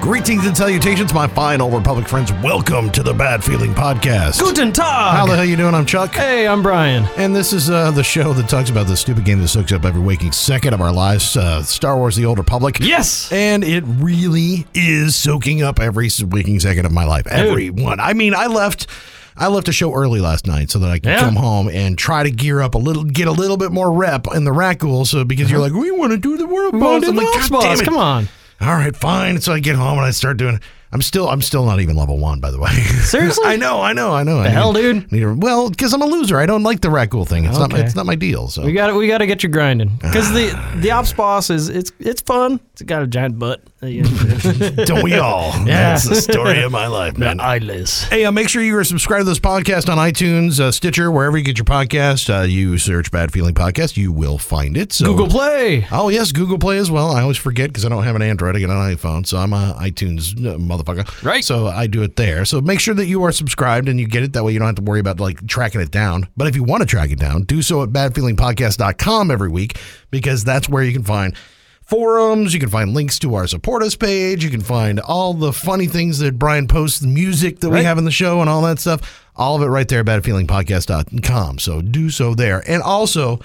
Greetings and salutations, my fine old Republic friends. Welcome to the Bad Feeling Podcast. Guten Tag. How the hell you doing? I'm Chuck. hey, I'm Brian. And this is uh, the show that talks about the stupid game that soaks up every waking second of our lives, uh, Star Wars The Old Republic. Yes. And it really is soaking up every s- waking second of my life. Every one. I mean, I left I left a show early last night so that I could Yeah. come home and try to gear up a little, get a little bit more rep in the Rackle. So because you're like, we want to do the world boss. I'm like, Lunch "God damn boss, it." Come on. all right, fine. So I get home and I start doing. I'm still, I'm still not even level one, by the way. Seriously? I know, I know, I know. The hell, dude? well, because I'm a loser. I don't like the Raccoon thing. It's not, Okay. it's not my deal. So We got to we got to get you grinding because the the ops boss is it's it's fun. It's got a giant butt. don't we all? Yeah. That's the story of my life, man. Eyeless. Hey, uh, make sure you are subscribed to this podcast on iTunes, uh, Stitcher, wherever you get your podcast. Uh, you search "Bad Feeling Podcast," you will find it. So Google Play. Oh yes, Google Play as well. I always forget because I don't have an Android. I get an iPhone, so I'm a iTunes uh, motherfucker. Right. So I do it there. So make sure that you are subscribed and you get it. That way you don't have to worry about like tracking it down. But if you want to track it down, do so at badfeelingpodcast.com every week because that's where you can find forums. You can find links to our support us page. You can find all the funny things that Brian posts, the music that we Right. have in the show, and all that stuff. All of it right there at badfeelingpodcast.com. So do so there. And also,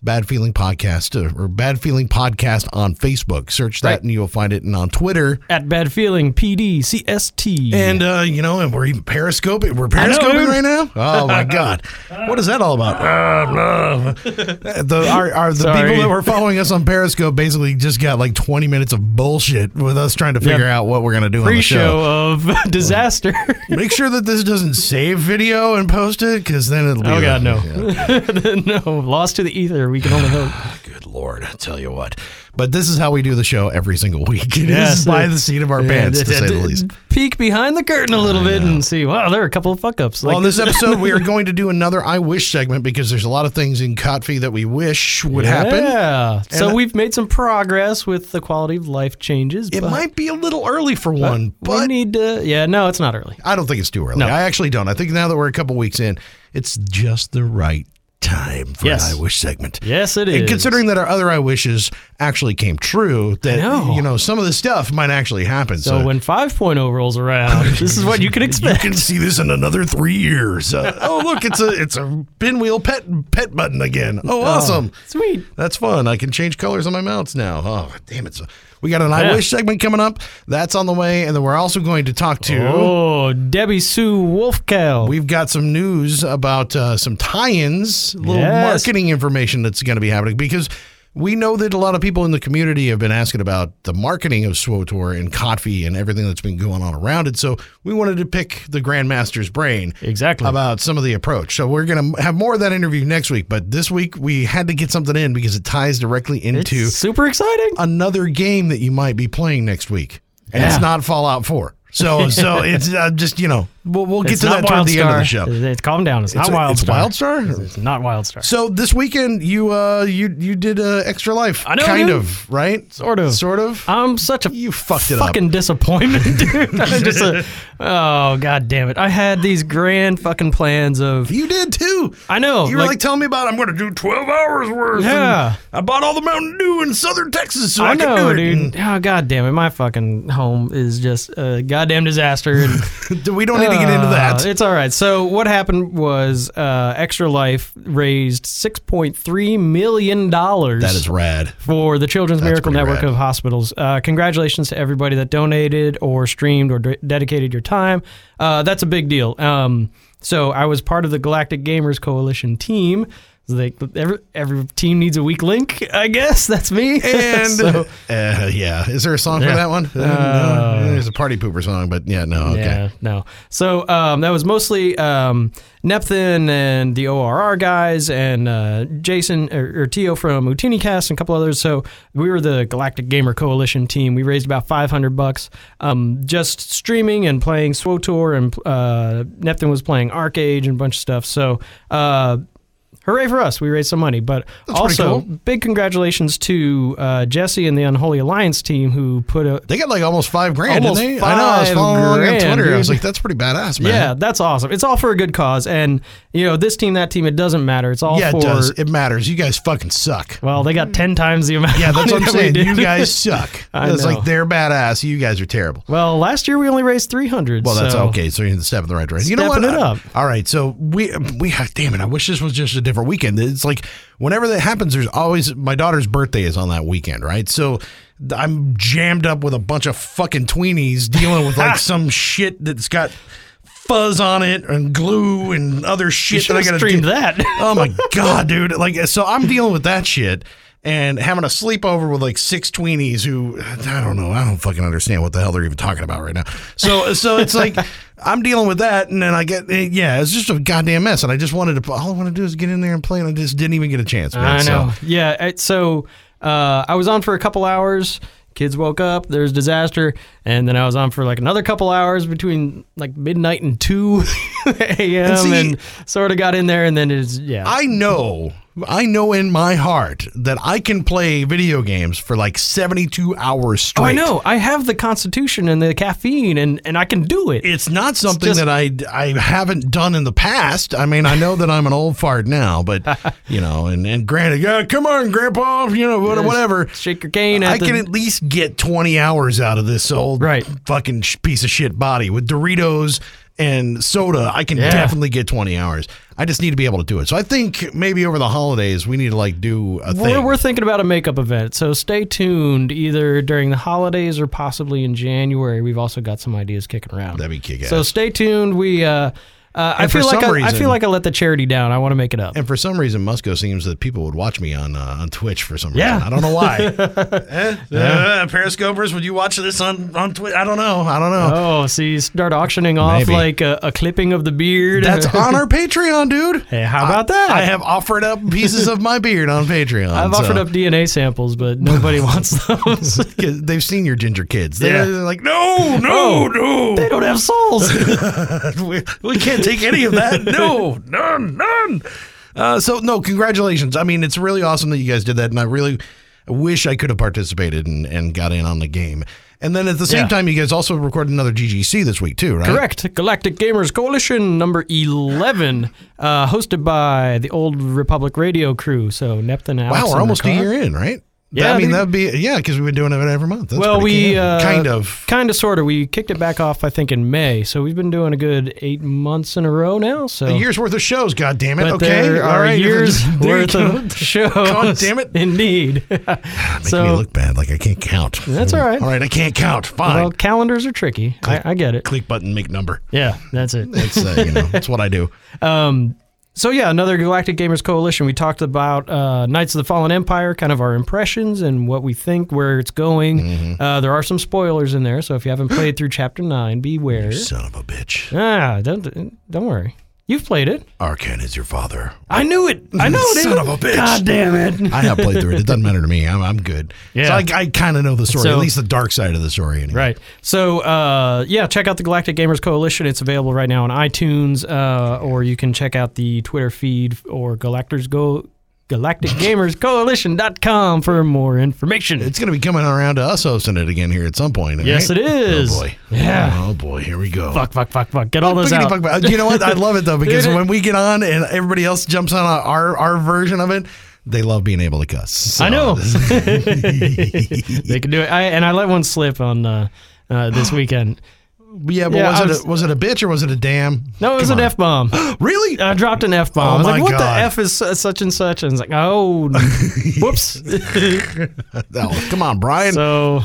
Bad Feeling Podcast uh, or Bad Feeling Podcast on Facebook. Search that Right. and you'll find it. And on Twitter. At bad feeling. PD CST. And uh, you know, and we're even periscoping. We're know, periscoping dude. right now. Oh my god, what is that all about? Uh, no. the our, our, the Um, Sorry. people that were following us on Periscope basically just got like 20 minutes of bullshit with us trying to figure out what we're gonna do on the pre-show of disaster. Make sure that this doesn't save video and post it, because then it'll be. oh God, no, Yeah. no, lost to the ether. We can only hope. Good lord, I tell you what. But this is how we do the show every single week. It is Yes. by the seat of our pants, Yeah, to d- say the d- least. Peek behind the curtain a little bit and see. Wow, there are a couple of fuck ups. Like on this episode, we are going to do another I wish segment because there's a lot of things in Kotfi that we wish would happen. Yeah. So And- we've made some progress with the quality of life changes. It but might be a little early for one, we but need to. Yeah. No, it's not early. I don't think it's too early. No. I actually don't. I think now that we're a couple weeks in, it's just the right time for Yes. an I wish segment. Yes, it is. And considering that our other I wishes actually came true, that know. you know some of the stuff might actually happen. so when 5.0 rolls around, this is what you can expect. You can see this in another three years. Uh, oh, look, it's a it's a pinwheel pet pet button again. Oh, awesome! Sweet. That's fun. I can change colors on my mounts now. Oh, damn it! So we got an I Yeah. wish segment coming up. That's on the way, and then we're also going to talk to. Oh, Debbie Sue Wolfcow. We've got some news about uh, some tie-ins, little Yes. marketing information that's going to be happening because. We know that a lot of people in the community have been asking about the marketing of SWOTOR and Kotfi and everything that's been going on around it. So we wanted to pick the Grandmaster's brain exactly. about some of the approach. So we're going to have more of that interview next week, but this week we had to get something in because it ties directly it's into super exciting. another game that you might be playing next week. And it's Yeah. not Fallout 4. So so it's uh, just, you know, we'll, we'll get it's to that not toward Wild the end of the show. Star. It's, calm down. It's, not Wild it's Star. Wildstar? It's not Wildstar. So this weekend you uh you you did uh, Extra Life I know, kind dude. of, right? Sort of. Sort of. I'm such a You fucked it up. fucking disappointment, dude. I'm just a, oh god damn it! I had these grand fucking plans of you did too. I know, You were like, like- telling me about I'm going to do 12 hours worth. and Yeah. I bought all the Mountain Dew in Southern Texas so I, I could know, do it. dude. Oh god damn it! My fucking home is just a goddamn disaster. And, And we don't need to get into Uh, that. It's all right. So what happened was uh, Extra Life raised six point three million dollars. that is rad. for the Children's That's Miracle pretty Network rad. of Hospitals. Uh, congratulations to everybody that donated or streamed or d- dedicated your time. Uh, that's a big deal. Um, so I was part of the Galactic Gamers Coalition team It's Like every every team needs a weak link, I guess. That's me. And So, uh, yeah, is there a song for Yeah. that one? Uh, Uh, no, there's a party pooper song, but yeah, no, Oh, okay. Yeah, no. So um, that was mostly um, Nepthin and the ORR guys and uh, Jason or, or Tio from Utinicast and a couple others. So we were the Galactic Gamer Coalition team. We raised about 500 bucks um, just streaming and playing SWOTOR, and uh, Nepthin was playing Arcade and a bunch of stuff. So. Uh, Hooray for us! We raised some money, but pretty cool. also big congratulations to uh, Jesse and the Unholy Alliance team who put uh, a, They got like almost five grand, Almost didn't they? I know. I was five following along on grand, Twitter. I was dude. like, that's pretty badass, man. Yeah, that's awesome. It's all for a good cause, and you know this team, that team, it doesn't matter. It's all Yeah, for. it does. It matters. You guys fucking suck. Well, they got ten times the amount. Yeah, of that's money what I'm that we saying. did. You guys suck. I It's know. like they're badass. You guys are terrible. Well, last year we only raised three hundred. Well, that's so, okay. So you're in the step in the right direction. You know what? Stepping it Uh, up. All right. So we we ah, damn it. I wish this was just a different weekend. It's like whenever that happens, there's always my daughter's birthday is on that weekend, right? So I'm jammed up with a bunch of fucking tweenies dealing with like some shit that's got fuzz on it and glue and other You shit should that I have got to streamed that. oh my god, dude! Like, so I'm dealing with that shit and having a sleepover with like six tweenies who I don't know, I don't fucking understand what the hell they're even talking about right now. So, so it's like I'm dealing with that, and then I get eh, yeah, it's just a goddamn mess. And I just wanted to, all I want to do is get in there and play, and I just didn't even get a chance. Man. I know. So, Yeah. I- So uh, I was on for a couple hours. Kids woke up. There's disaster, and then I was on for like another couple hours between like midnight and two a.m. see- And, sort of got in there, and then it's yeah. I know. I know in my heart that I can play video games for like 72 hours straight. Oh, I know. I have the constitution and the caffeine, and, and I can do it. it's not something just- that I, I haven't done in the past. I mean, I know that I'm an old fart now, but you know, and, and granted, yeah, come on, grandpa, you know, what- whatever. Shake your cane. At I the, can at least get 20 hours out of this old Right. fucking sh- piece of shit body with Doritos and soda. I can Yeah. definitely get 20 hours. I just need to be able to do it. So I think maybe over the holidays we need to like do a We're, thing. we're thinking about a makeup event, so stay tuned either during the holidays or possibly in January. We've also got some ideas kicking around. That'd be kick-ass. So stay tuned. We, uh, uh, I And for feel like some I, I reason- feel like I let the charity down. I want to make it up. and for some reason, Musco seems that people would watch me on uh, on Twitch for some Yeah. reason. I don't know why. Eh? Uh, Periscopers, would you watch this on on Twitch? I don't know. I don't know. Oh, see, start auctioning off Maybe. like a, a clipping of the beard. That's on our Patreon, dude. Hey, how about that? I have offered up pieces of my beard on Patreon. I've so- offered up DNA samples, but nobody wants those. 'Cause They've seen your ginger kids. They're, Yeah. they're like, no, no, Oh. they don't have souls. no. We, we can't take any of that. No, none, none. Uh, so no, congratulations. I mean, it's really awesome that you guys did that, and I really wish I could have participated and, and got in on the game. And then at the same Yeah. time, you guys also recorded another GGC this week too, right? Correct. Galactic Gamers Coalition number 11, uh, hosted by the Old Republic Radio crew. So Neptun, Alex, Wow, and we're almost a Ricard. year in, right? Uh-huh. Yeah, I mean dude. that'd be yeah, because we've been doing it every month. That's Well, pretty we cool. uh, kind of. kind of, sort of. We kicked it back off, I think, in May. So we've been doing a good eight months in a row now. So A year's worth of shows, god damn it. but okay. there all are right. years There you worth go. of shows. God damn it. Indeed. Making me so look bad, like I can't count. That's all right. All right, I can't count. Fine. well, calendars are tricky. I, I get it. Click button, make number. Yeah, that's it. That's uh, you know, that's what I do. Um, so yeah, another Galactic Gamers Coalition. We talked about uh, Knights of the Fallen Empire, kind of our impressions and what we think, where it's going. Mm-hmm. Uh, there are some spoilers in there, so if you haven't played through Chapter Nine, beware. Son of a bitch. Ah, don't don't worry. You've played it. Arcan is your father. I knew it. I know it. Son dude. of a bitch. God damn it. I have played through it. It doesn't matter to me. I'm, I'm good. Yeah. So I, I kind of know the story, So- at least the dark side of the story. Anyway. Right. So, uh, yeah, check out the Galactic Gamers Coalition. It's available right now on iTunes, uh, or you can check out the Twitter feed or Galactors Go. Galactic Gamers Coalition.com for more information. It's going to be coming around to us hosting it again here at some point. Yes, right? it is. Oh, boy. Yeah. Oh, boy. Here we go. fuck, fuck, fuck, fuck. Get all those Biggity out. fuck about- You know what? I love it though because Dude, it- when we get on and everybody else jumps on our our version of it, they love being able to cuss. So- I know. they can do it. I, and I let one slip on uh, uh, this weekend. Yeah, but Yeah, I was, was- it a, was it a bitch or was it a damn? No, it was Come an on. F bomb. Really? I dropped an F bomb. I was Oh like, my what God. the F is su- such and such? And I was like, oh, whoops. No, come on, Oh, Brian. so,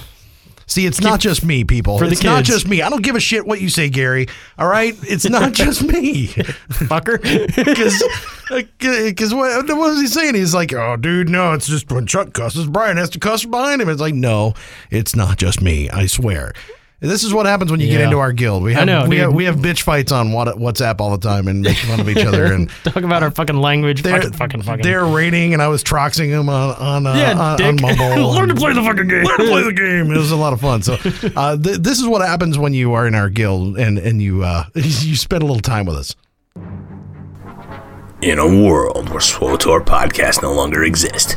See, it's not just me, people. the it's not kids. just me. I don't give a shit what you say, Gary. All right, it's not just me, fucker. Because because what, what was he saying? He's like, oh, dude, no, it's just when Chuck cusses, Brian has to cuss behind him. It's like, no, it's not just me. I swear. This is what happens when you get Yeah. into our guild. We have, know, we, dude. have we have bitch fights on What- WhatsApp all the time and make fun of each other and. Talk about our fucking language. They're, Fucking, fucking, fucking. they're raiding, and I was troxing him on on, uh, Yeah, on, on dick. Mumble. Learn to play the fucking game. Learn to play the game. It was a lot of fun. So uh, th- this is what happens when you are in our guild and and you uh, you spend a little time with us. In a world where SWOTOR podcasts no longer exist,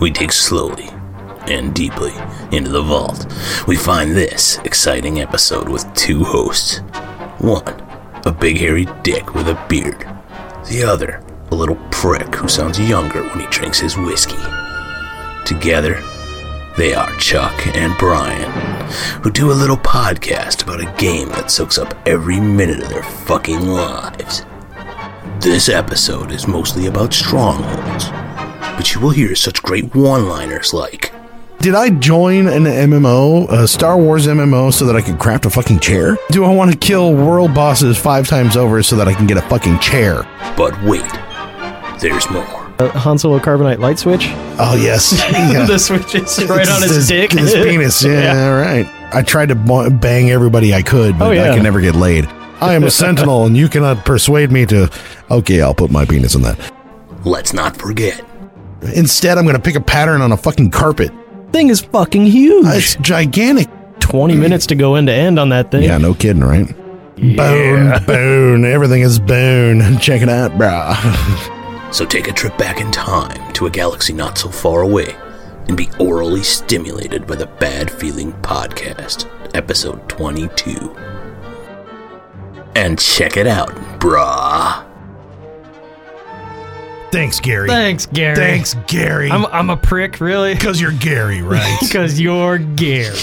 we dig slowly and deeply into the vault. We find this exciting episode with two hosts. One, a big hairy dick with a beard. The other, a little prick who sounds younger when he drinks his whiskey. Together, they are Chuck and Brian, who do a little podcast about a game that soaks up every minute of their fucking lives. This episode is mostly about strongholds, but you will hear such great one liners like Did I join an MMO, a Star Wars MMO, so that I could craft a fucking chair? Do I want to kill world bosses five times over so that I can get a fucking chair? But wait, there's more. Uh, Han Solo carbonite light switch. Oh yes, Yeah. the switch is right on his, dick. his penis. Yeah, all right. I tried to bo- bang everybody I could, but Oh, yeah. I can never get laid. I am a sentinel, and you cannot persuade me to. Okay, I'll put my penis in that. Let's not forget, Instead, I'm going to pick a pattern on a fucking carpet. thing is fucking huge. It's gigantic. 20 minutes to go end to end on that thing. Yeah, no kidding, right? Bone, bone. Everything is bone. Check it out, brah. so take a trip back in time to a galaxy not so far away and be orally stimulated by the Bad Feeling Podcast, episode 22. And check it out, brah. Thanks, Gary. Thanks, Gary. Thanks, Gary. I'm, I'm a prick, really? Because you're Gary, right? Because you're Gary.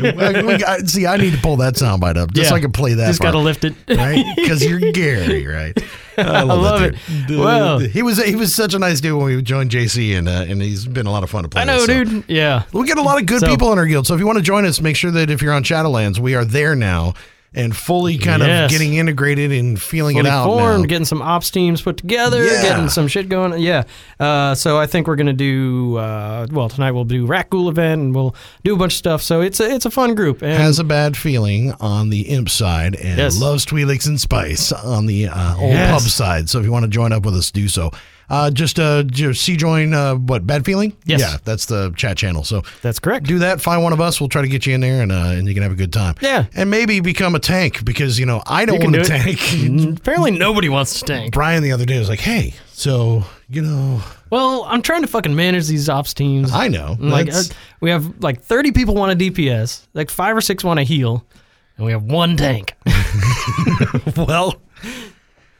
Like, we got- see, I need to pull that soundbite up just Yeah. so I can play that. Just part. gotta lift it. right? Because you're Gary, right? I love, love that it. dude. Wow. he was he was such a nice dude when we joined JC, and uh, and he's been a lot of fun to play. I know, with, so. dude. Yeah. We get a lot of good So- people in our guild, so if you want to join us, make sure that if you're on Shadowlands, we are there now and fully kind of Yes. getting integrated and feeling it Fully out. formed, now. getting some ops teams put together, Yeah. getting some shit going. Yeah. Uh, so I think we're gonna do uh, well tonight. We'll do Rakghoul event and we'll do a bunch of stuff. So it's a it's a fun group. And Has a bad feeling on the imp side and Yes. loves Tweelix and Spice on the uh, old Yes. pub side. So if you want to join up with us, do so. Uh, just uh, just see join uh, what bad feeling? Yes. Yeah, that's the chat channel. So that's correct. do that. Find one of us. We'll try to get you in there, and uh, and you can have a good time. Yeah. and maybe become a tank because you know I don't can want a do it. Mm-hmm. tank. Apparently nobody wants to tank. Brian the other day was like, "Hey, so you know, Well, I'm trying to fucking manage these ops teams. I know, like uh, that's- we have like 30 people want a DPS, like five or six want a heal, and we have one tank. well."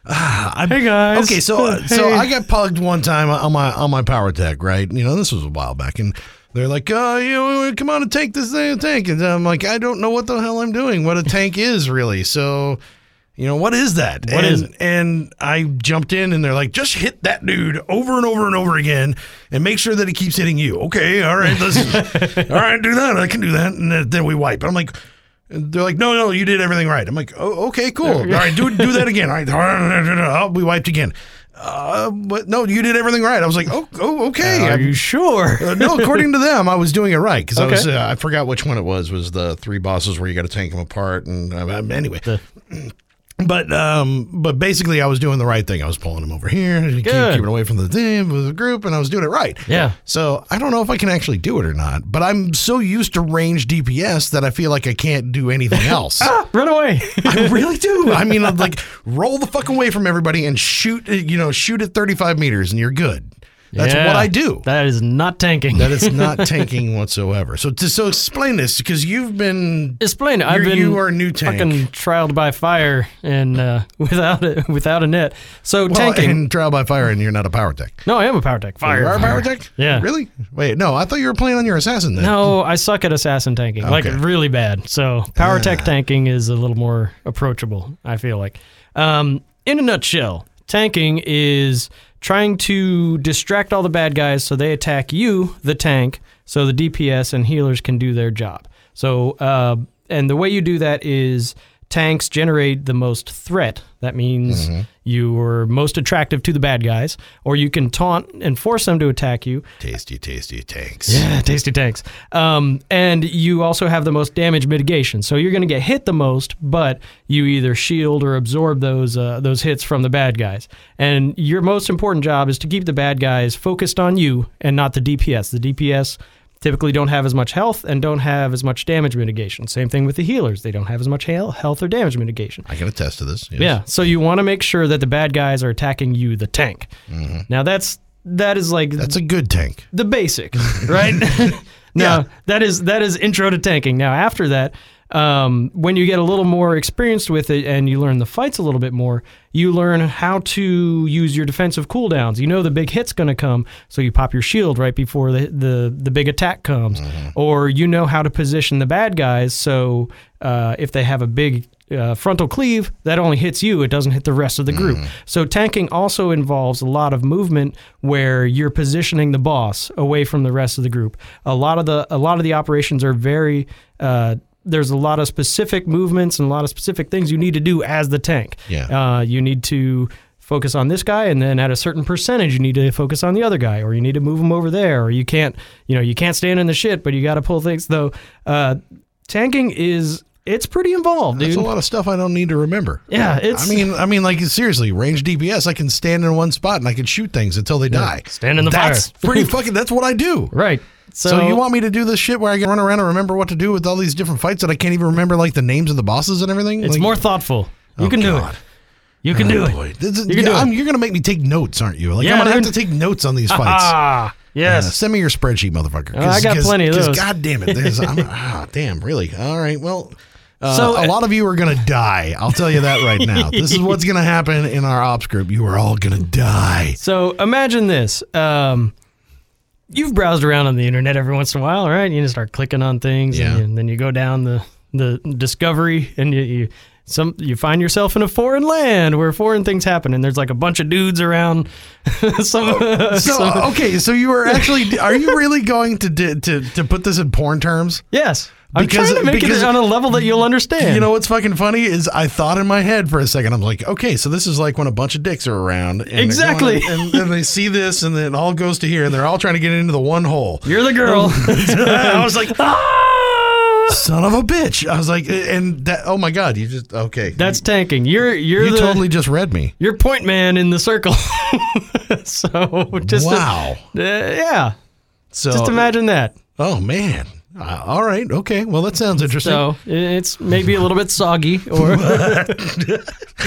ah, I'm- Hey, guys. Okay, so uh, so Hey. I got plugged one time on my on my power tech, right? You know, this was a while back, and they're like, "Oh, you know, come on and take this thing, tank," and I'm like, "I don't know what the hell I'm doing. What a tank is really." So, you know, what is that? What and, is it? And I jumped in, and they're like, "Just hit that dude over and over and over again, and make sure that he keeps hitting you." Okay, all right, let's, all right, do that. I can do that, and then- then we wipe. I'm like. And they're like, no, no, you did everything right. I'm like, oh, okay, cool. All right, do do that again. All right, I'll be wiped again. Uh, but no, you did everything right. I was like, oh, oh okay. Are I'm- you sure? uh, no, according to them, I was doing it right because I Okay. was. Uh, I forgot which one it was. Was the three bosses where you got to tank them apart and uh, um, anyway. But um, but basically, I was doing the right thing. I was pulling them over here, and keep, Good. keeping away from the thing with the group, and I was doing it right. Yeah. So I don't know if I can actually do it or not. But I'm so used to range DPS that I feel like I can't do anything else. Run away. I really do. I mean, I'm like roll the fuck away from everybody and shoot. uh, You know, shoot at 35 meters, and you're good. That's Yeah. what I do. That is not tanking. That it's not tanking whatsoever. So, to, so explain this because you've been Explain it. I've You're- been you are a new tank. fucking trialed by fire and uh, without a, without a net. So well, tanking. in trial by fire, and you're not a power tech. no, I am a power tech. Fire. You are a power tech? Yeah. Really? Wait, no. I thought you were playing on your assassin. Then. No, I suck at assassin tanking, like Okay. really bad. So power tech tanking is a little more approachable. I feel like. Um, in a nutshell, tanking is trying to distract all the bad guys so they attack you, the tank, so the DPS and healers can do their job. So, uh, and the way you do that is tanks generate the most threat. That means Mm-hmm. you are most attractive to the bad guys, or you can taunt and force them to attack you. Tasty, tasty tanks. Yeah, tasty tanks. Um, and you also have the most damage mitigation, so you're going to get hit the most, but you either shield or absorb those uh, those hits from the bad guys. And your most important job is to keep the bad guys focused on you and not the DPS. The DPS typically don't have as much health and don't have as much damage mitigation. Same thing with the healers; they don't have as much heal- health or damage mitigation. I can attest to this. yes. Yeah. So you want to make sure that the bad guys are attacking you, the tank. Now that's that is like That's a good tank. the basic, right? now that is that is intro to tanking. Now after that, um, when you get a little more experienced with it and you learn the fights a little bit more, you learn how to use your defensive cooldowns. You know the big hit's going to come, so you pop your shield right before the the, the big attack comes, or you know how to position the bad guys. So uh, if they have a big uh, frontal cleave, that only hits you. It doesn't hit the rest of the group. Mm. So tanking also involves a lot of movement where you're positioning the boss away from the rest of the group. A lot of the a lot of the operations are very uh, there's a lot of specific movements and a lot of specific things you need to do as the tank. Yeah. Uh, you need to focus on this guy and then at a certain percentage you need to focus on the other guy or you need to move him over there or you can't you know you can't stand in the shit but you got to pull things though uh, tanking is it's pretty involved dude That's a lot of stuff I don't need to remember. yeah, it's I mean, I mean, like seriously, range DPS. I can stand in one spot and I can shoot things until they die. stand in the that's fire. pretty fucking. That's what I do. right. So, So, you want me to do this shit where I can run around and remember what to do with all these different fights that I can't even remember like the names of the bosses and everything? it's Like- more thoughtful. You Oh, can do God. Oh, it. You can do Boy, it. this is- You can yeah, do it. I'm- you're gonna make me take notes, aren't you? Like Yeah, I'm gonna have to dude. take notes on these fights. Ah, Yeah, yes. send me your spreadsheet, motherfucker. Oh, I got plenty of those. God damn it, there's, I'm, ah, damn, really? All right, well. Uh, So- a lot of you are gonna die. I'll tell you that right now. this is what's gonna happen in our ops group. You are all gonna die. So imagine this. Um, you've browsed around on the internet every once in a while, right? You just start clicking on things, Yeah. and, you- and then you go down the the discovery, and you, you some you find yourself in a foreign land where foreign things happen, and there's like a bunch of dudes around. some, So okay, so you are actually are you really going to di- to to put this in porn terms? yes, I'm Because- trying to make because- it on a level that you'll understand. You know what's fucking funny is I thought in my head for a second. I'm like, okay, so this is like when a bunch of dicks are around. And they're Exactly. going- and, and they see this, and then it all goes to here, and they're all trying to get into the one hole. you're the girl. Ah! I was like, son of a bitch. I was like, and that. Oh my god, you just okay. That's tanking. You're you're you the totally just read me. you're point man in the circle. so just a- wow. uh, yeah, So just imagine that. Oh man. Uh, all right. Okay. Well, that sounds interesting. So i- it's maybe a little bit soggy, or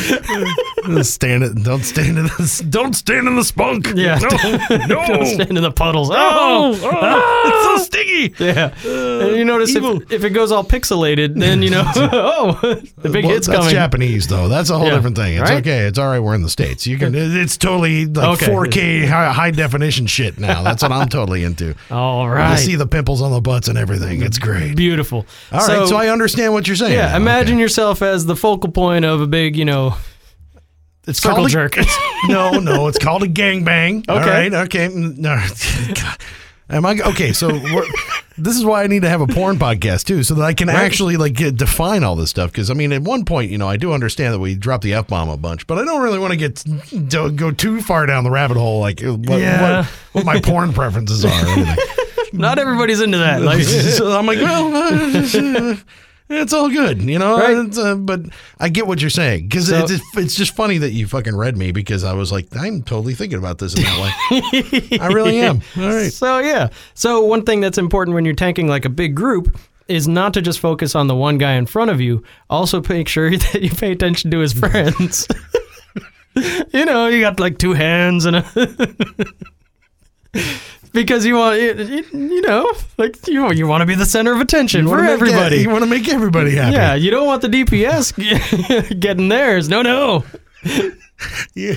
stand it. Don't stand in the. Don't stand in the spunk. Yeah. No. No. stand in the puddles. Oh, it's so sticky. yeah. And you notice Uh, evil. if, if it goes all pixelated, then you know, oh, the big Well, hit's that's coming. Japanese though. That's a whole Yeah. different thing. It's Right? okay. It's all right. We're in the states. You can. it- It's totally like Okay. 4K high, high definition shit now. That's what I'm totally into. all I right, see the pimples on the butts and everything. It's great. beautiful. All right, so, I understand what you're saying. yeah, now. imagine Okay. yourself as the focal point of a big, you know, it's circle called a- jerk. no, no, it's called a gangbang. All Okay. right, okay. mm, No, God. am I okay? So we're, this is why I need to have a porn podcast too, so that I can actually like get, define all this stuff. Because I mean, at one point, you know, I do understand that we drop the f bomb a bunch, but I don't really want to get do go too far down the rabbit hole, like what, Yeah. what, what my porn preferences are. Or anything. Not everybody's into that. Like, so I'm like, well, uh, it's all good, you know. Right. It's, uh, but I get what you're saying because So- it's, it's just funny that you fucking read me because I was like, I'm totally thinking about this in that way. I really am. All right. So yeah. So one thing that's important when you're tanking like a big group is not to just focus on the one guy in front of you. Also make sure that you pay attention to his friends. you know, you got like two hands and a Because you want, you, you- you know, like you, you want to be the center of attention You for wanna make- e, everybody. you want to make everybody happy. yeah, you don't want the DPS getting theirs. No, no, Yeah.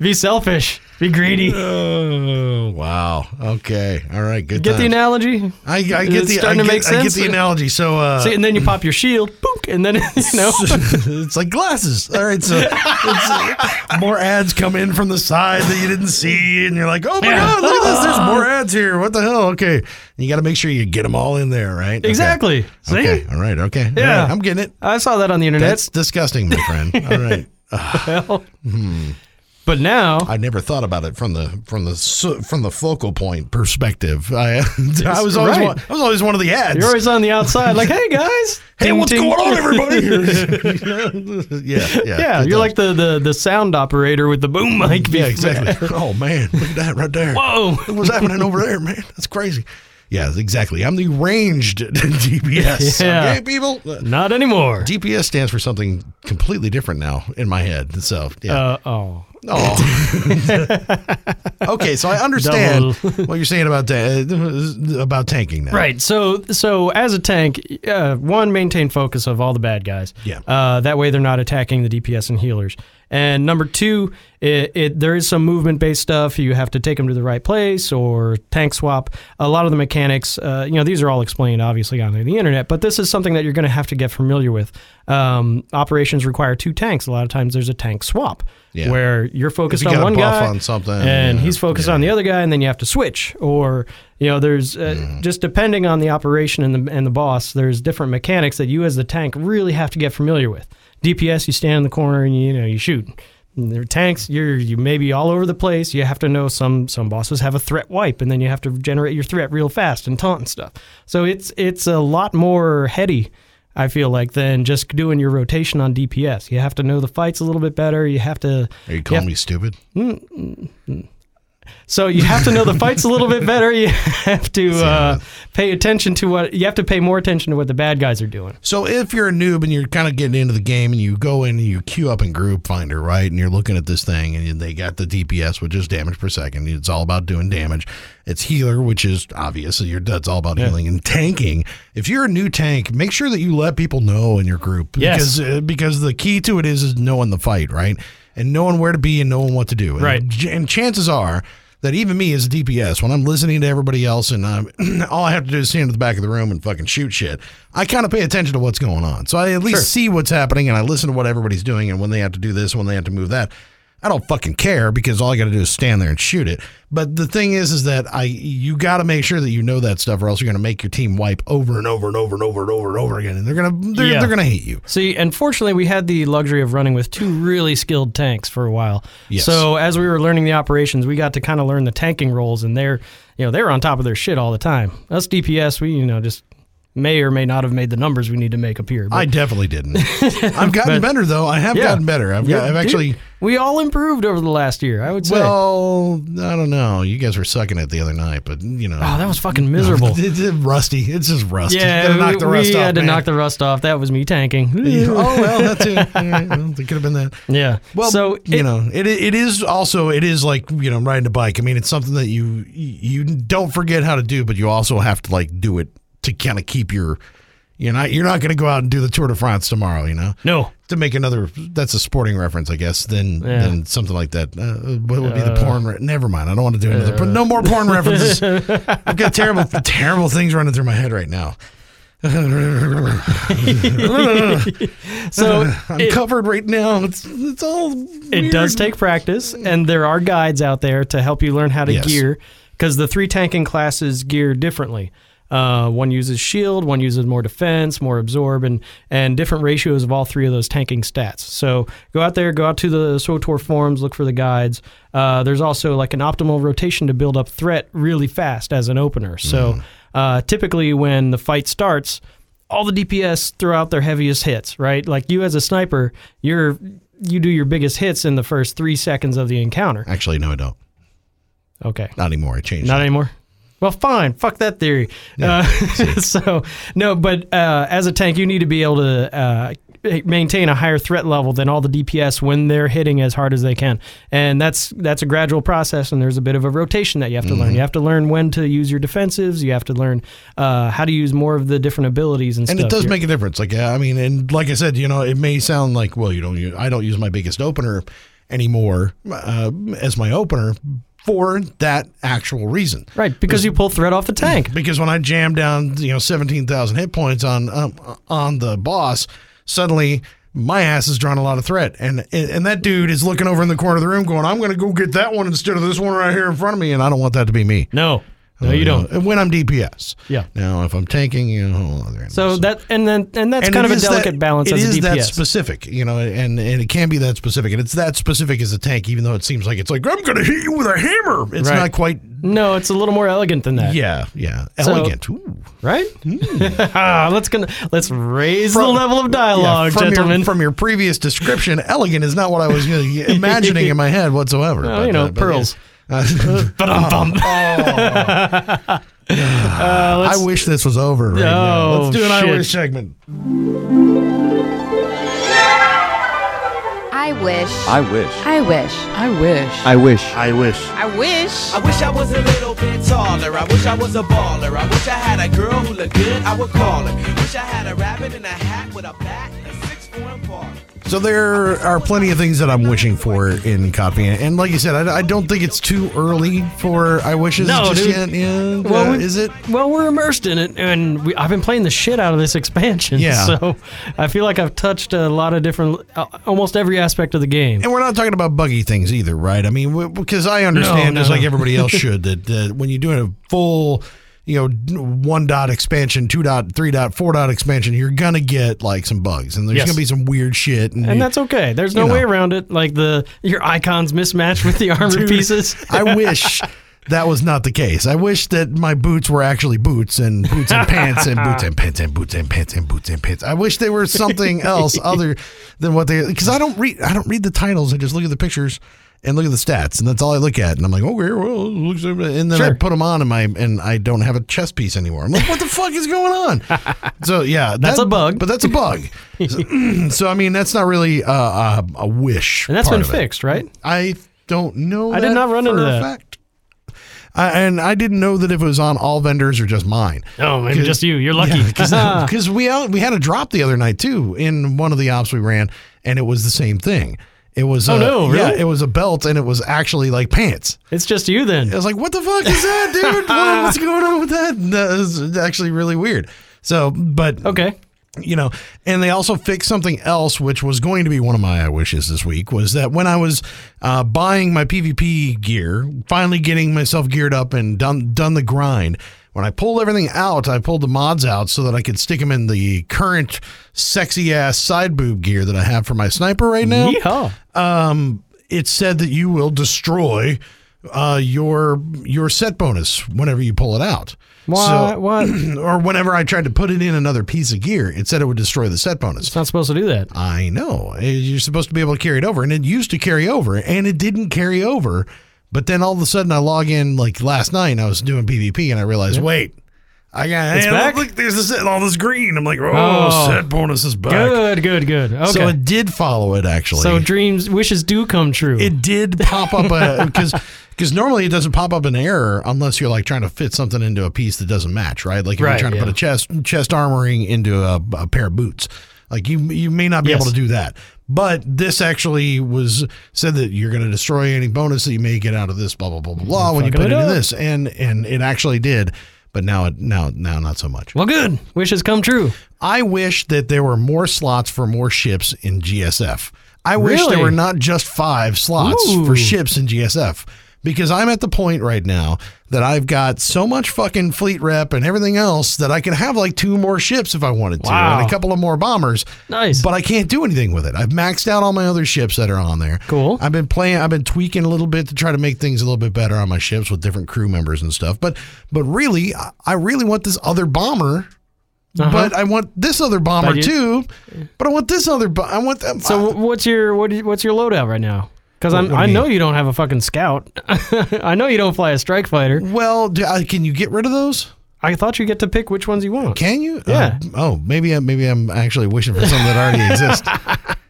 be selfish. Be greedy. Uh, Oh wow. Okay. All right. Good. Get the times. analogy. I, I Is get it the. I starting get, to make I get sense? the analogy. So uh, See, and then you pop your shield, boonk, and then you know. it's like glasses. All right. So it's, more ads come in from the side that you didn't see, and you're like, oh my Yeah. god, look at this. There's more ads here. What the hell? Okay. And you got to make sure you get them all in there, right? Okay. Exactly. See? Okay. All right. Okay. All Yeah. right, I'm getting it. I saw that on the internet. That's disgusting, my friend. All right. but now I never thought about it from the from the s- from the focal point perspective. I, I was always right. one, I was always one of the ads. you're always on the outside, like, hey guys. hey, Ting, what's ting. going on, everybody? yeah, yeah, Yeah, good you're times. like the, the the sound operator with the boom mic. yeah, exactly. oh man, look at that right there. Whoa. Look what's happening over there, man? That's crazy. Yeah, exactly. I'm the ranged DPS. Yeah. Okay, people. Not anymore. DPS stands for something completely different now in my head. So yeah. Uh, oh. Oh. okay, so I understand what you're saying about ta- about tanking now. Right. So so as a tank, uh, one maintain focus of all the bad guys. Yeah. Uh, that way they're not attacking the DPS and healers. And number two, it, it there is some movement based stuff. You have to take them to the right place or tank swap. A lot of the mechanics, uh, you know, these are all explained obviously on the internet, but this is something that you're going to have to get familiar with. Um, operations require two tanks. A lot of times there's a tank swap Yeah. where you're focused you on got a one buff guy on something, and yeah, he's focused on the other guy, and then you have to switch. Or you know, there's uh, just depending on the operation and the and the boss, there's different mechanics that you as the tank really have to get familiar with. DPS, you stand in the corner and you, know you shoot. And Their tanks, you're you may be all over the place. You have to know some some bosses have a threat wipe, and then you have to generate your threat real fast and taunt and stuff. So it's it's a lot more heady. I feel like than just doing your rotation on DPS. You have to know the fights a little bit better. You have to Are you calling me stupid? so you have to know the fights a little bit better. You have to uh, pay attention to what you have to pay more attention to what the bad guys are doing. So if you're a noob and you're kind of getting into the game and you go in and you queue up in Group Finder, right, and you're looking at this thing and they got the DPS, which is damage per second. It's all about doing damage. It's healer, which is obvious. So you're, that's all about healing and tanking. If you're a new tank, make sure that you let people know in your group. Yes. Because, uh, because the key to it is, is knowing the fight, right? And knowing where to be and knowing what to do. And- Right. and chances are that even me as a DPS, when I'm listening to everybody else and I'm, all I have to do is stand at the back of the room and fucking shoot shit, I kind of pay attention to what's going on. So I at least see what's happening and I listen to what everybody's doing and when they have to do this, when they have to move that. I don't fucking care because all I got to do is stand there and shoot it. But the thing is, is that I you got to make sure that you know that stuff, or else you're going to make your team wipe over and over and over and over and over and over again, and they're gonna they're, Yeah. they're gonna hate you. See, and fortunately, we had the luxury of running with two really skilled tanks for a while. Yes. So as we were learning the operations, we got to kind of learn the tanking roles, and they're you know they were on top of their shit all the time. Us DPS, we you know just may or may not have made the numbers we need to make appear. but- I definitely didn't. I've gotten better though. I have Yeah. gotten better. I've, got, I've Dude, actually. we all improved over the last year. I would say. Well, I don't know. You guys were sucking it the other night, but you know, oh, that was fucking miserable. it's it's rusty. It's just rust. Yeah, Gotta knock we, the rust we off, had to man. knock the rust off. That was me tanking. oh well, that too. All right, well, it could have been that. yeah. Well, so you it- know, it it is also it is like you know riding a bike. I mean, it's something that you you don't forget how to do, but you also have to like do it to kind of keep your you're not you're not going to go out and do the Tour de France tomorrow. You know, no. to make another that's a sporting reference i guess then Yeah. then something like that uh, what would be the porn re- never mind i don't want to do another but Uh. no more porn references i've got terrible terrible things running through my head right now So i'm it, covered right now it's it's all it weird. does take practice, and there are guides out there to help you learn how to Yes. gear because the three tanking classes gear differently. Uh, one uses shield, one uses more defense, more absorb, and and different ratios of all three of those tanking stats. So go out there, go out to the SWTOR forums, look for the guides. Uh, there's also like an optimal rotation to build up threat really fast as an opener. So uh, typically when the fight starts, all the DPS throw out their heaviest hits, right? Like you as a sniper, you're you do your biggest hits in the first three seconds of the encounter. actually no i don't Okay. not anymore i changed Not it. anymore. Well, fine. Fuck that theory. uh, so no, but uh, as a tank, you need to be able to uh, maintain a higher threat level than all the DPS when they're hitting as hard as they can, and that's that's a gradual process. And there's a bit of a rotation that you have to Mm-hmm. learn. You have to learn when to use your defensives. You have to learn uh, how to use more of the different abilities and, and it stuff. does here. make a difference like i mean and like i said you know it may sound like well you don't use, i don't use my biggest opener anymore uh, as my opener for that actual reason. Right, because you pull thread off the tank. Because when I jam down, you know, seventeen thousand hit points on um, on the boss, suddenly my ass is drawing a lot of threat, and and that dude is looking over in the corner of the room, going, "I'm going to go get that one instead of this one right here in front of me," and I don't want that to be me. No, no, Oh, you don't. know, When I'm DPS, Yeah. Now, if I'm tanking, you know, whole other So that and then and that's kind of a delicate balance It as is a DPS. that specific, you know, and and it can be that specific, and it's that specific as a tank, even though it seems like it's like I'm going to hit you with a hammer. It's Right. not quite. no, it's a little more elegant than that. Yeah, yeah, So- elegant. Ooh. Right? Hmm. let's gonna let's raise the From- level of Yeah, dialogue, from gentlemen. Your, from your previous description, elegant is not what I was you know, imagining in my head whatsoever. uh, Well, Oh, you know, pearls. yes. but I'm bummed. Uh, I wish this was over. Right now. Oh, Let's do an I shit. wish segment. I wish. I wish. I wish. I wish. I wish. I wish. I wish. I wish I was a little bit taller. I wish I was a baller. I wish I had a girl who looked good. I would call her. Wish I had a rabbit in a hat with a bat and a six foot baller. So there are plenty of things that I'm wishing for in copying, and like you said, I, I don't think it's too early for I wishes No, just dude. yet. Yeah, Well, uh, we- is it? well, we're immersed in it, and we, I've been playing the shit out of this expansion. Yeah. So I feel like I've touched a lot of different, uh, almost every aspect of the game. And we're not talking about buggy things either, right? I mean, because I understand, No, just no. like everybody else should, that uh, when you're doing a full, you know, d- one dot expansion, two dot, three dot, four dot expansion, you're gonna get like some bugs, and there's Yes. gonna be some weird shit. And, And that's okay. There's no You know. way around it. Like the your icons mismatch with the armor Dude, pieces. I wish. That was not the case. I wish that my boots were actually boots and boots and pants and boots and pants and boots and pants and boots and pants. I wish they were something else other than what they because I don't read I don't read the titles. I just look at the pictures and look at the stats and that's all I look at. And I'm like, okay, well, it looks like-" and then I Sure. put them on and my and I don't have a chess piece anymore. I'm like, what the fuck is going on? So yeah, That's a bug. But that's a bug. so, so, I mean, that's not really uh, uh, a wish. and that's part been of it. fixed, right? I don't know. I did that not run for into a that. Fact. I, and I didn't know that if it was on all vendors or just mine. Oh, maybe 'Cause- just you. You're lucky. Yeah, 'cause- because we out, we had a drop the other night too in one of the ops we ran, and it was the same thing. It was Oh, a, no, yeah, really? it was a belt, and it was actually like pants. It's just you then. I was like, "What the fuck is that, dude? What- what's going on with that?" And that was actually really weird. So, but Okay. you know and they also fixed something else which was going to be one of my i wishes this week was that when i was uh, buying my pvp gear finally getting myself geared up and done done the grind when i pulled everything out i pulled the mods out so that i could stick them in the current sexy ass side boob gear that i have for my sniper right now Yeehaw. um, it said that you will destroy uh, your your set bonus whenever you pull it out. Why- what? or whenever I tried to put it in another piece of gear, it said it would destroy the set bonus. It's not supposed to do that. I know. Eh, You're supposed to be able to carry it over, and it used to carry over, and it didn't carry over. But then all of a sudden, I log in like last night, and I was doing PvP, and I realized, wait, I got It's hey, look, back? Look, there's this, all this green. I'm like, oh, Oh. set bonus is back. Good, good, good. Okay. So it did follow it actually. So dreams, wishes do come true. It did pop up a because because normally it doesn't pop up an error unless you're like trying to fit something into a piece that doesn't match, right? Like if you're Right, trying to yeah. put a chest chest armoring into a, a pair of boots, like you you may not be Yes. able to do that. But this actually was said that you're going to destroy any bonus that you may get out of this blah blah blah blah blah when you fucking put it it into up. this, and and it actually did. But now it now now not so much. well, good. Wishes come true. I wish that there were more slots for more ships in GSF. I wish there Really? were not just five slots for Ooh. ships in GSF because I'm at the point right now that I've got so much fucking fleet rep and everything else that I can have like two more ships if I wanted to and Wow. a couple of more bombers. Nice. But I can't do anything with it. I've maxed out all my other ships that are on there. Cool. I've been playing. I've been tweaking a little bit to try to make things a little bit better on my ships with different crew members and stuff. But but really, I- I really want this other bomber. Uh-huh. But I want this other bomber But you- too. But I want this other. Bo- I want them. So wh- what's your what do you- what's your loadout right now? Because uh, What- I'm what do I you know mean? you don't have a fucking scout. I know you don't fly a strike fighter. well, do I, can you get rid of those? I thought you get to pick which ones you want. Can you? Yeah. Uh, oh, maybe I, maybe I'm actually wishing for something that already exists.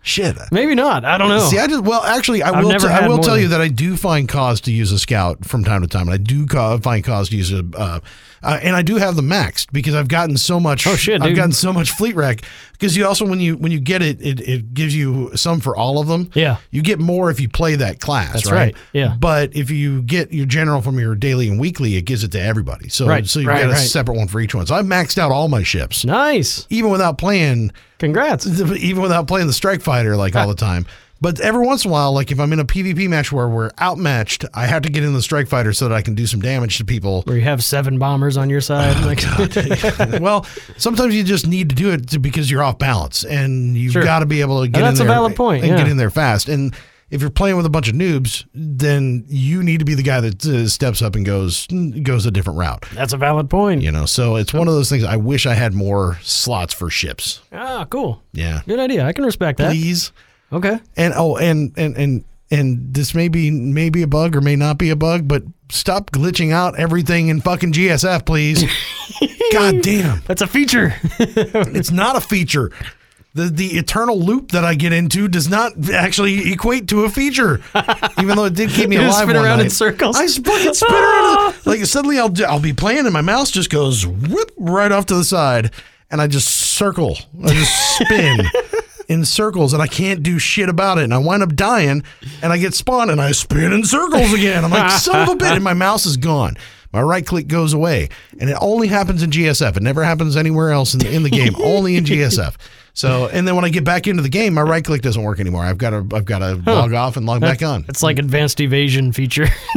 Shit. Maybe not. I don't know. See, I just well, actually, I Oh. I've will. never T- had I will more tell than- you that I do find cause to use a scout from time to time, and I do ca- find cause to use a, uh, uh, and I do have the maxed because I've gotten so much. Oh, shit, I've dude. gotten so much fleet wreck because you also when you when you get it, it it gives you some for all of them. Yeah. you get more if you play that class. That's right, right. yeah. but if you get your general from your daily and weekly, it gives it to everybody. So Right, so you right, get a right. separate one for each one. So I've maxed out all my ships, nice. even without playing Congrats. even without playing the strike fighter like all the time. But every once in a while, like if I'm in a PvP match where we're outmatched, I have to get in the strike fighter so that I can do some damage to people. Where you have seven bombers on your side. Oh, like, well, sometimes you just need to do it to, because you're off balance and you've Sure. got to be able to get that's a in there valid point, and get yeah. in there fast. And if you're playing with a bunch of noobs, then you need to be the guy that uh, steps up and goes goes a different route. that's a valid point. You know, so it's one of those things. I wish I had more slots for ships. Ah, cool. Yeah, Good idea. I can respect that. please. Okay. And oh, and and and and this may be maybe a bug or may not be a bug, but stop glitching out everything in fucking GSF, please. God damn, That's a feature. it's not a feature. The the eternal loop that I get into does not actually equate to a feature, even though it did keep me You just alive. spin one around in night. circles. I sp- fucking spin around. in- Like suddenly I'll I'll be playing and my mouse just goes whip right off to the side, and I just circle. I just spin. In circles, and I can't do shit about it. And I wind up dying, and I get spawned, and I spin in circles again. I'm like, son of a bitch. And my mouse is gone. My right click goes away, and it only happens in GSF. It never happens anywhere else in the, in the game. only in GSF. So, and then when I get back into the game, my right click doesn't work anymore. I've got to I've got to log off and log back on. It's like advanced evasion feature.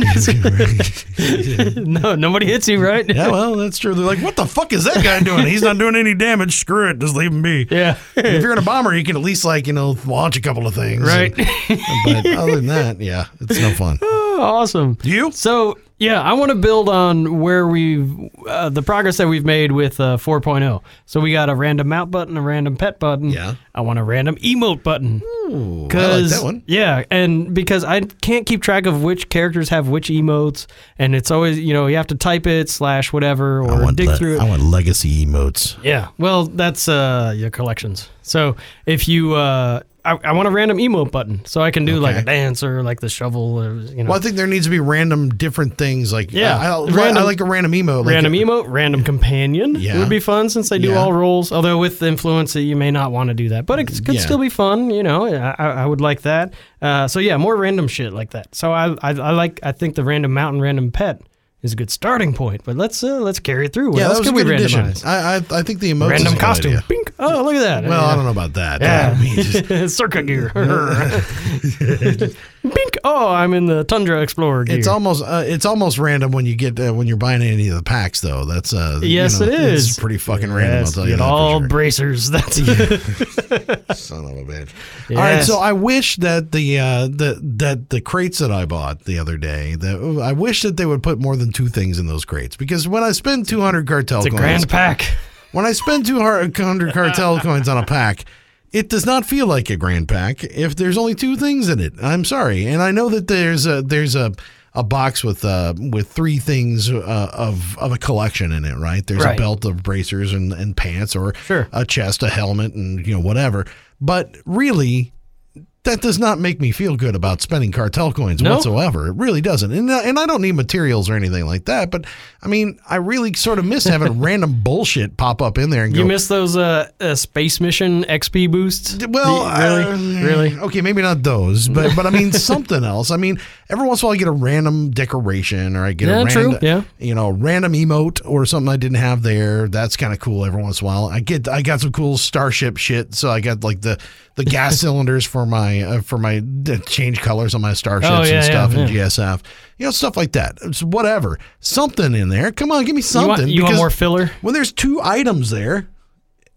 no, nobody hits you, right? Yeah, well, that's true. They're like, what the fuck is that guy doing? He's not doing any damage. Screw it. Just leave him be. Yeah. If you're in a bomber, you can at least, like, you know, launch a couple of things. Right. but other than that, yeah, it's no fun. awesome. You? So yeah, I want to build on where we've uh, the progress that we've made with uh, 4.0. So we got a random mount button, a random pet button. Yeah. I want a random emote button. I like Because that one. yeah, and because I can't keep track of which characters have which emotes, and it's always you know you have to type it slash whatever I or want, dig le- through it. I want legacy emotes. Yeah. Well, that's uh, your collections. So if you, uh, I, I want a random emote button, so I can do like a Okay. dance or like the shovel or you know. Well, I think there needs to be random different things. Like, Yeah, I, I, random- I like a random emote. like Random a- emote, random companion Yeah. would be fun since they do Yeah. all roles. Although with influence, you may not want to do that, but it could Yeah. still be fun. You know, I, I I would like that. Uh, so yeah, more random shit like that. So I, I, I like. I think the random mountain, random pet is a good starting point. But let's uh, let's carry it through. What Yeah, else that was a can we good addition. randomize? I, I, I think the emotes. is a Random good costume. idea. Bink. Oh, look at that. Well, I don't know about that. I mean, just- Yeah. Circa gear. Bink. Oh, I'm in the Tundra Explorer gear. It's almost uh, it's almost random when you get uh, when you're buying any of the packs though. That's uh you Yes, know, it it's is. pretty fucking random. I'll Yes, tell you you get that for all sure. bracers. That's son of a bitch. All right, Yes. so I wish that the uh the that the crates that I bought the other day that I wish that they would put more than two things in those crates because when I spend 200 cartel the coins, grand pack. when I spend 200 cartel coins on a pack. It does not feel like a grand pack if there's only two things in it. I'm sorry, and I know that there's a there's a a box with uh with three things uh, of of a collection in it, right? There's Right. a belt of bracers and, and pants, or Sure. a chest, a helmet, and you know whatever. But really, that does not make me feel good about spending cartel coins No? whatsoever. It really doesn't. And, uh, and I don't need materials or anything like that. But I mean, I really sort of miss having random bullshit pop up in there and You go, missed those uh, uh, space mission XP boosts. well, The- really, uh, really. okay, maybe not those, but but I mean something else. I mean, every once in a while I get a random decoration, or I get Yeah, a true, random, yeah. you know, random emote or something I didn't have there. That's kind of cool. Every once in a while, I get I got some cool starship shit. So I got like the the gas cylinders for my uh, for my the change colors on my starships Oh, yeah, and stuff yeah, and yeah. GSF, you know, stuff like that. It's whatever, something in there. Come on, give me You something. want, you want because- more filler? when there's two items there,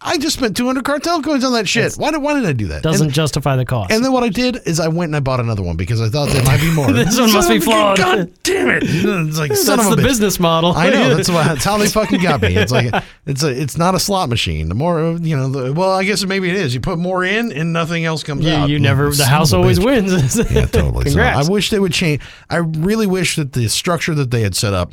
I just spent 200 cartel coins on that shit. Why did, why did I do that? Doesn't And, justify the cost. and then what I did is I went and I bought another one because I thought there might be more. This one must be flawed. God damn it! It's like son of that's a the bitch. business model. I know that's, why, that's how they fucking got me. It's like it's a it's not a slot machine. The more you know, the, well, I guess maybe it is. You put more in and nothing else comes you, out. you never. The Son house of a always bitch. wins. Yeah, totally. So Congrats. I wish they would change. I really wish that the structure that they had set up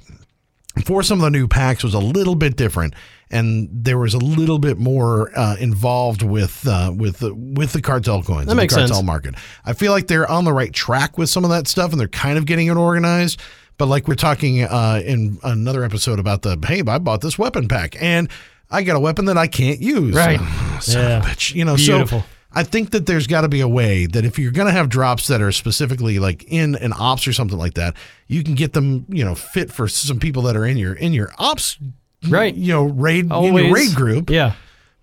for some of the new packs was a little bit different. and there was a little bit more uh, involved with uh, with the, with the cartel coins, and makes the cartel sense. market. I feel like they're on the right track with some of that stuff, and they're kind of getting it organized. But like we're talking uh, in another episode about the hey, I bought this weapon pack and. I got a weapon that I can't use. Right. Son of a Yeah. bitch. You know, so Beautiful. I think that there's got to be a way that if you're going to have drops that are specifically like in an ops or something like that, you can get them, you know, fit for some people that are in your in your ops, Right. You know, raid in Always your raid group. Yeah.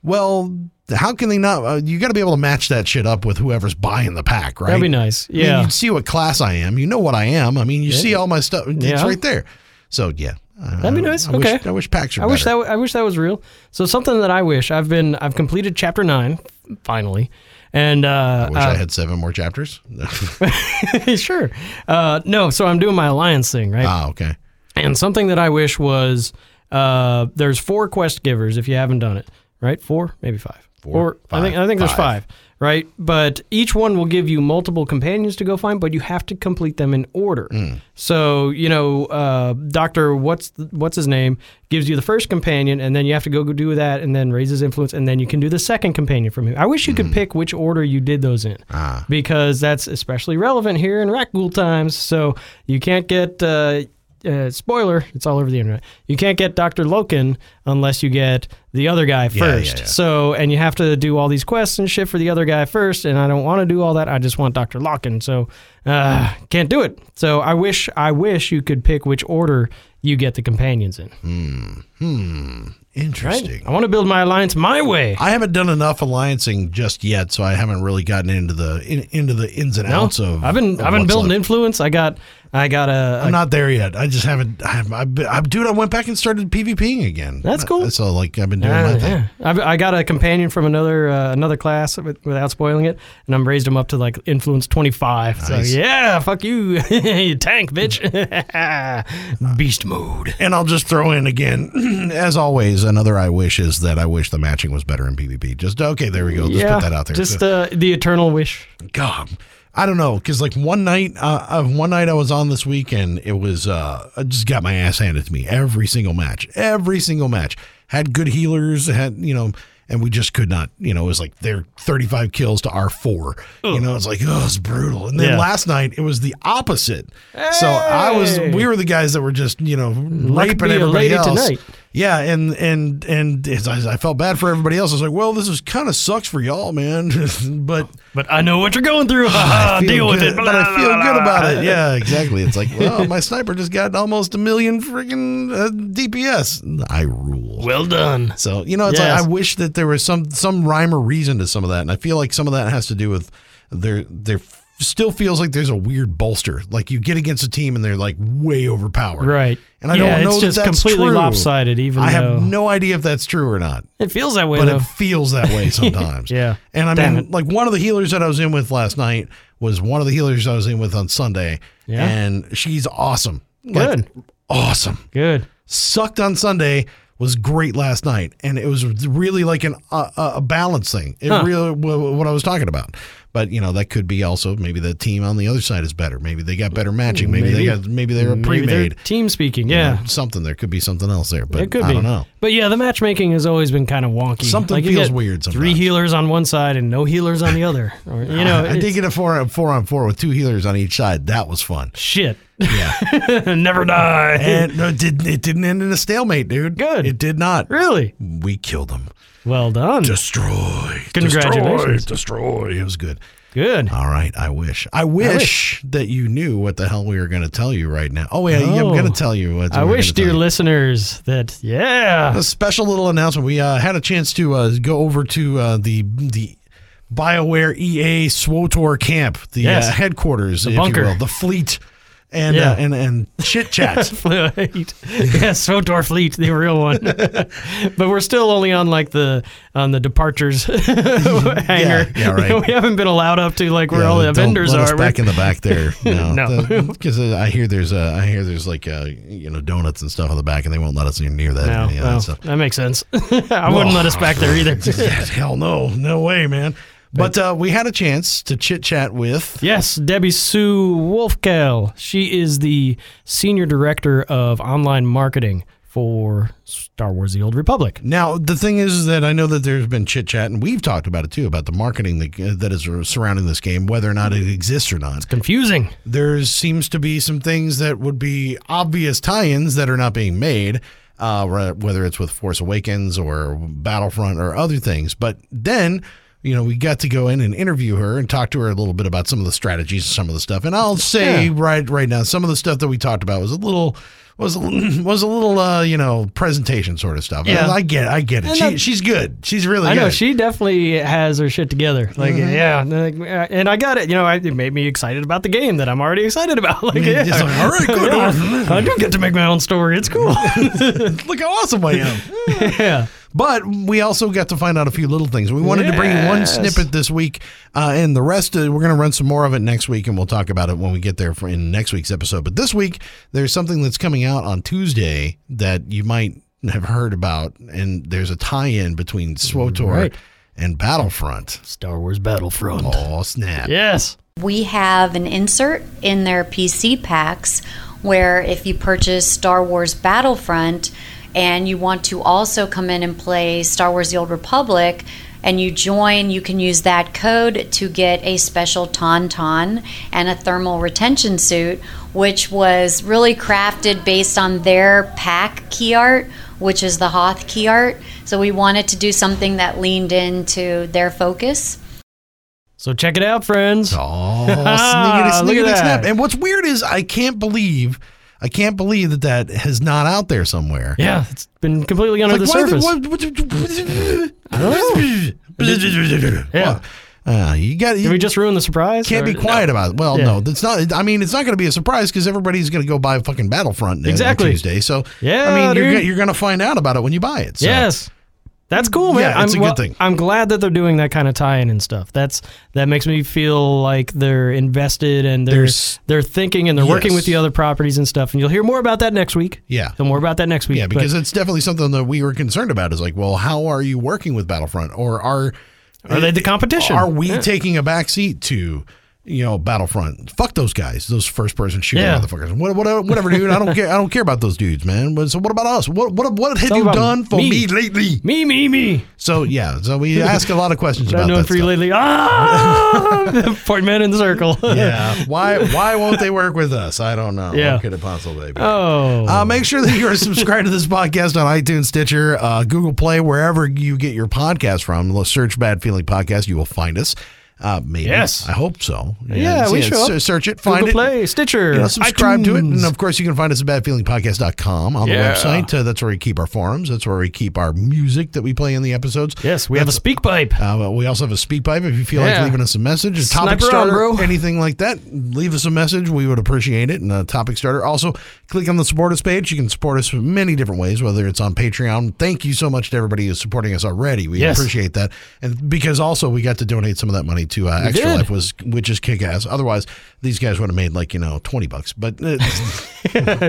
Well, how can they not? Uh, you got to be able to match that shit up with whoever's buying the pack, right? That'd be nice. I mean, Yeah. you see what class I am. You know what I am. I mean, you see all my stuff. It's Yeah. right there. So yeah, I- That'd be I- nice. I wish- Okay. I wish packs. Were I wish that better. w- I wish that was real. So something that I wish I've been I've completed chapter nine finally, and uh, I wish uh, I had seven more chapters. sure. Uh, no, so I'm doing my alliance thing, right? ah, okay. And something that I wish was uh, there's four quest givers if you haven't done it, right? Four, maybe five. Four, Four. I think I think there's five. five, right? But each one will give you multiple companions to go find, but you have to complete them in order. Hmm. So you know, uh, Doctor, what's th- what's his name? Gives you the first companion, and then you have to go do that, and then raise his influence, and then you can do the second companion from him. I wish Hmm. you could pick which order you did those in, Ah. because that's especially relevant here in Rakgul times. So you can't get. Uh, uh, spoiler, it's all over the internet. You can't get Dr. Loken unless you get the other guy yeah, first. yeah. So, and you have to do all these quests and shit for the other guy first. And I don't want to do all that. I just want Dr. Loken. So, uh, can't do it. So, I wish, I wish you could pick which order you get the companions in. Hmm. Interesting. I want to build my alliance my way. I haven't done enough alliancing just yet, so I haven't really gotten into the in, into the ins and outs of. I've been, of I've been what's building left. influence. I got, I got a, I'm a- not there yet. I just haven't. I've, I've been, I, dude, I went back and started PvPing again. That's cool. So like, I've been doing Uh, my thing. yeah. I've, I got a companion from another uh, another class with, without spoiling it, and I'm raised him up to like influence 25. Nice. So yeah, fuck you, you tank bitch, beast mode. And I'll just throw in again, as always, another I wish is that I wish the matching was better in PvP. Just okay, there we go. Just yeah, put that out there. Just uh, the eternal wish. God, I don't know, because like one night, uh, uh, one night I was on this weekend, it was uh, I just got my ass handed to me every single match, every single match. Had good healers, had you know, and we just could not, you know, it was like they're 35 kills to our four, you know, it's like oh, it's brutal. And then Yeah. last night it was the opposite. So I was, Hey! we were the guys that were just, you know, raping be a everybody lady else. tonight. Yeah, and and and as I, I felt bad for everybody else. I was like, well, this is kind of sucks for y'all, man, but. But I know what you're going through. I feel Ah, Deal with good- it. But I Blah, feel blah, good blah. about it. Yeah, exactly. It's like, well, my sniper just got almost a million freaking uh, DPS. I rule. Well done. so you know, it's Yes. like I wish that there was some some rhyme or reason to some of that, and I feel like some of that has to do with there there still feels like there's a weird bolster. Like you get against a team and they're like way overpowered, Right. And I Yeah, don't know it's that just that's completely true. lopsided, even I though- have no idea if that's true or not It feels that way but though. it feels that way sometimes. Yeah. And I Damn mean, like one of the healers that I was in with last night was one of the healers I was in with on Sunday. Yeah. And she's awesome. Like, good. awesome. Good. Sucked on Sunday was great last night. And it was really like an, uh, a balance thing. It really, w- what I was talking about. But you know that could be also maybe the team on the other side is better. Maybe they got better matching. Maybe, they Maybe. got maybe they're a Maybe they're pre-made. team speaking. Yeah. Something there could be something else there, but It could I be. don't know. But yeah, the matchmaking has always been kind of wonky. Something you feels get weird Three sometimes. healers on one side and no healers on the other. Or, you know, I, I it's- did get a four on four on four with two healers on each side. That was fun. shit. Yeah, Never die. and no, it didn't it didn't end in a stalemate, dude. Good. It did not. really? We killed them. Well done. Destroy. Congratulations. Destroy. destroy. It was good. Good. All right. I wish. I wish, that you knew what the hell we were going to tell you right now. Oh wait, I, am Oh. going to tell you. What I we're wish, gonna tell dear you. listeners, that yeah. a special little announcement. We uh, had a chance to uh, go over to uh, the the BioWare EA SWOTOR camp, the Yes. uh, headquarters, if bunker. you will, the fleet, and Yeah. uh, and and chit chat. Fleet. yes, Svotor Fleet, the real one. but we're still only on like the on the departures hanger. yeah, right. we haven't been allowed up to like where Yeah, all the don't vendors let us are. We're- back in the back there. No. No, because I hear there's uh, I hear there's like uh, you know donuts and stuff on the back, and they won't let us in near that. no, any of no, that stuff. oh, that makes sense. I wouldn't let us back there either. Hell no, no way, man. But uh, we had a chance to chit chat with Yes, Debbie Sue Wolfkel. She is the senior director of online marketing for Star Wars: The Old Republic. Now, the thing is that I know that there's been chit chat, and we've talked about it too, about the marketing that, that is surrounding this game, whether or not it exists or not. Confusing. There seems to be some things that would be obvious tie ins that are not being made, uh, re- whether it's with Force Awakens or Battlefront or other things. But then. You know, we got to go in and interview her and talk to her a little bit about some of the strategies and some of the stuff. And I'll say Yeah. right right now, some of the stuff that we talked about was a little was a, was a little uh, you know presentation sort of stuff. Yeah. I get I get it. And She, that- she's good. She's really I good. know she definitely has her shit together. Like, Mm-hmm. yeah, like, uh, and I got it. You know, I, it made me excited about the game that I'm already excited about. Like, yeah, Mm, It's like, all right, good. Yeah, I do get to make my own story. It's cool. Look how awesome I am. yeah, But we also got to find out a few little things. We wanted to bring you one Yes. snippet this week, uh, and the rest uh, we're going to run some more of it next week, and we'll talk about it when we get there for in next week's episode. But this week, there's something that's coming out on Tuesday that you might have heard about, and there's a tie-in between SWOTOR Right. and Battlefront. Star Wars Battlefront. Oh snap! Yes. We have an insert in their PC packs where if you purchase Star Wars Battlefront and you want to also come in and play Star Wars The Old Republic and you join, you can use that code to get a special tauntaun and a thermal retention suit, which was really crafted based on their pack key art, which is the Hoth key art. So we wanted to do something that leaned into their focus. So check it out, friends. Oh, Ah, sneakity, look at sneakity that. snap! And what's weird is I can't believe, I can't believe that that is not out there somewhere. Yeah, it's been completely under the Like, why the- surface. what- what- Yeah. Uh, you got. Did You we just ruin the surprise? can't be Or- quiet about it. Well, Yeah. no, that's not. I mean, it's not going to be a surprise because everybody's going to go buy fucking Battlefront on- on Exactly. Tuesday. So Yeah, I mean, you're dude. go- you're going to find out about it when you buy it. So. Yes. That's cool, man. Yeah, I'm, it's a good well, thing. I'm glad that they're doing that kind of tie-in and stuff. That's that makes me feel like they're invested and they're There's- they're thinking and they're working Yes. with the other properties and stuff. And you'll hear more about that next week. Yeah. So more about that next week. Yeah, because it's definitely something that we were concerned about. Is like, well, how are you working with Battlefront, or are eh, Are they the competition? Are we taking a back seat to you know Battlefront? Fuck those guys, those first person shooter Yeah. motherfuckers. What, what, whatever, dude. I don't care. I don't care about those dudes, man. But So what about us? What what what have all you about done for me. me. lately? me, me, me. So yeah, so we ask a lot of questions What about I'm doing that. for you stuff. lately. Ah, point man in the circle. Yeah. Why why won't they work with us? I don't know. Yeah. How could it possibly be? Oh. Uh, make sure that you're subscribed to this podcast on iTunes, Stitcher, uh, Google Play, wherever you get your podcast from. Let's Search Bad Feeling Podcast. You will find us. Uh, maybe. Yes. I hope so. Yeah, we show se- up. Search it, find Google it. Play, Stitcher, You know, subscribe to it. iTunes. And of course, you can find us at badfeelingpodcast.com on the website. Uh, that's where we keep our forums. That's where we keep our music that we play in the episodes. yes, we have a That's- speak pipe. uh, well, we also have a speak pipe. If you feel like Yeah. leaving us a message, a Sniper topic on, starter, bro. anything like that, leave us a message. We would appreciate it. And a topic starter. Also, click on the support us page. You can support us in many different ways, whether it's on Patreon. Thank you so much to everybody who's supporting us already. We Yes. appreciate that. And because also we got to donate some of that money to uh, Extra did. Life, was which is kick ass. Otherwise, these guys would have made like you know twenty bucks. But uh,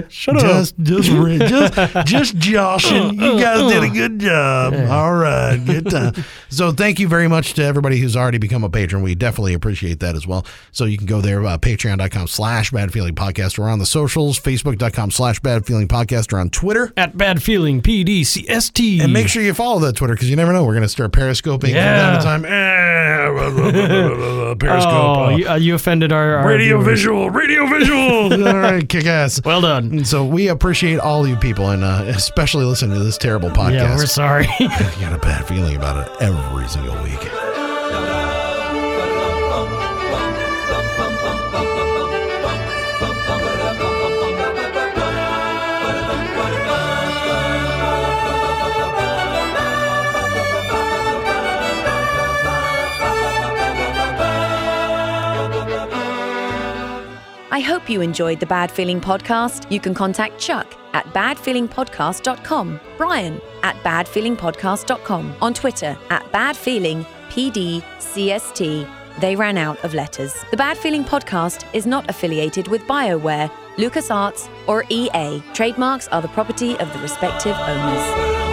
Shut up. just just re- just just joshing. You guys did a good job. All right, good time. So thank you very much to everybody who's already become a patron. We definitely appreciate that as well. So you can go there, uh, patreon.com slash bad feeling podcast. We're on the socials, facebook.com slash bad feeling podcast. We're on Twitter. At bad feeling PDCST. And make sure you follow that Twitter because you never know. We're going to start periscoping Yeah. from time to time. Eh, blah, blah, blah, blah, blah, blah, Periscope. Oh, uh, you, uh, you offended our, our radio viewers. visual, radio visual. All right, kick ass. Well done. And so we appreciate all you people, and uh, especially listening to this terrible podcast. Yeah, we're sorry. I got a bad feeling about it every single week. I hope you enjoyed the Bad Feeling Podcast. You can contact Chuck at badfeelingpodcast.com, Brian at badfeelingpodcast.com, on Twitter at badfeelingpdcst. They ran out of letters. The Bad Feeling Podcast is not affiliated with E BioWare, LucasArts, or EA. Trademarks are the property of the respective owners.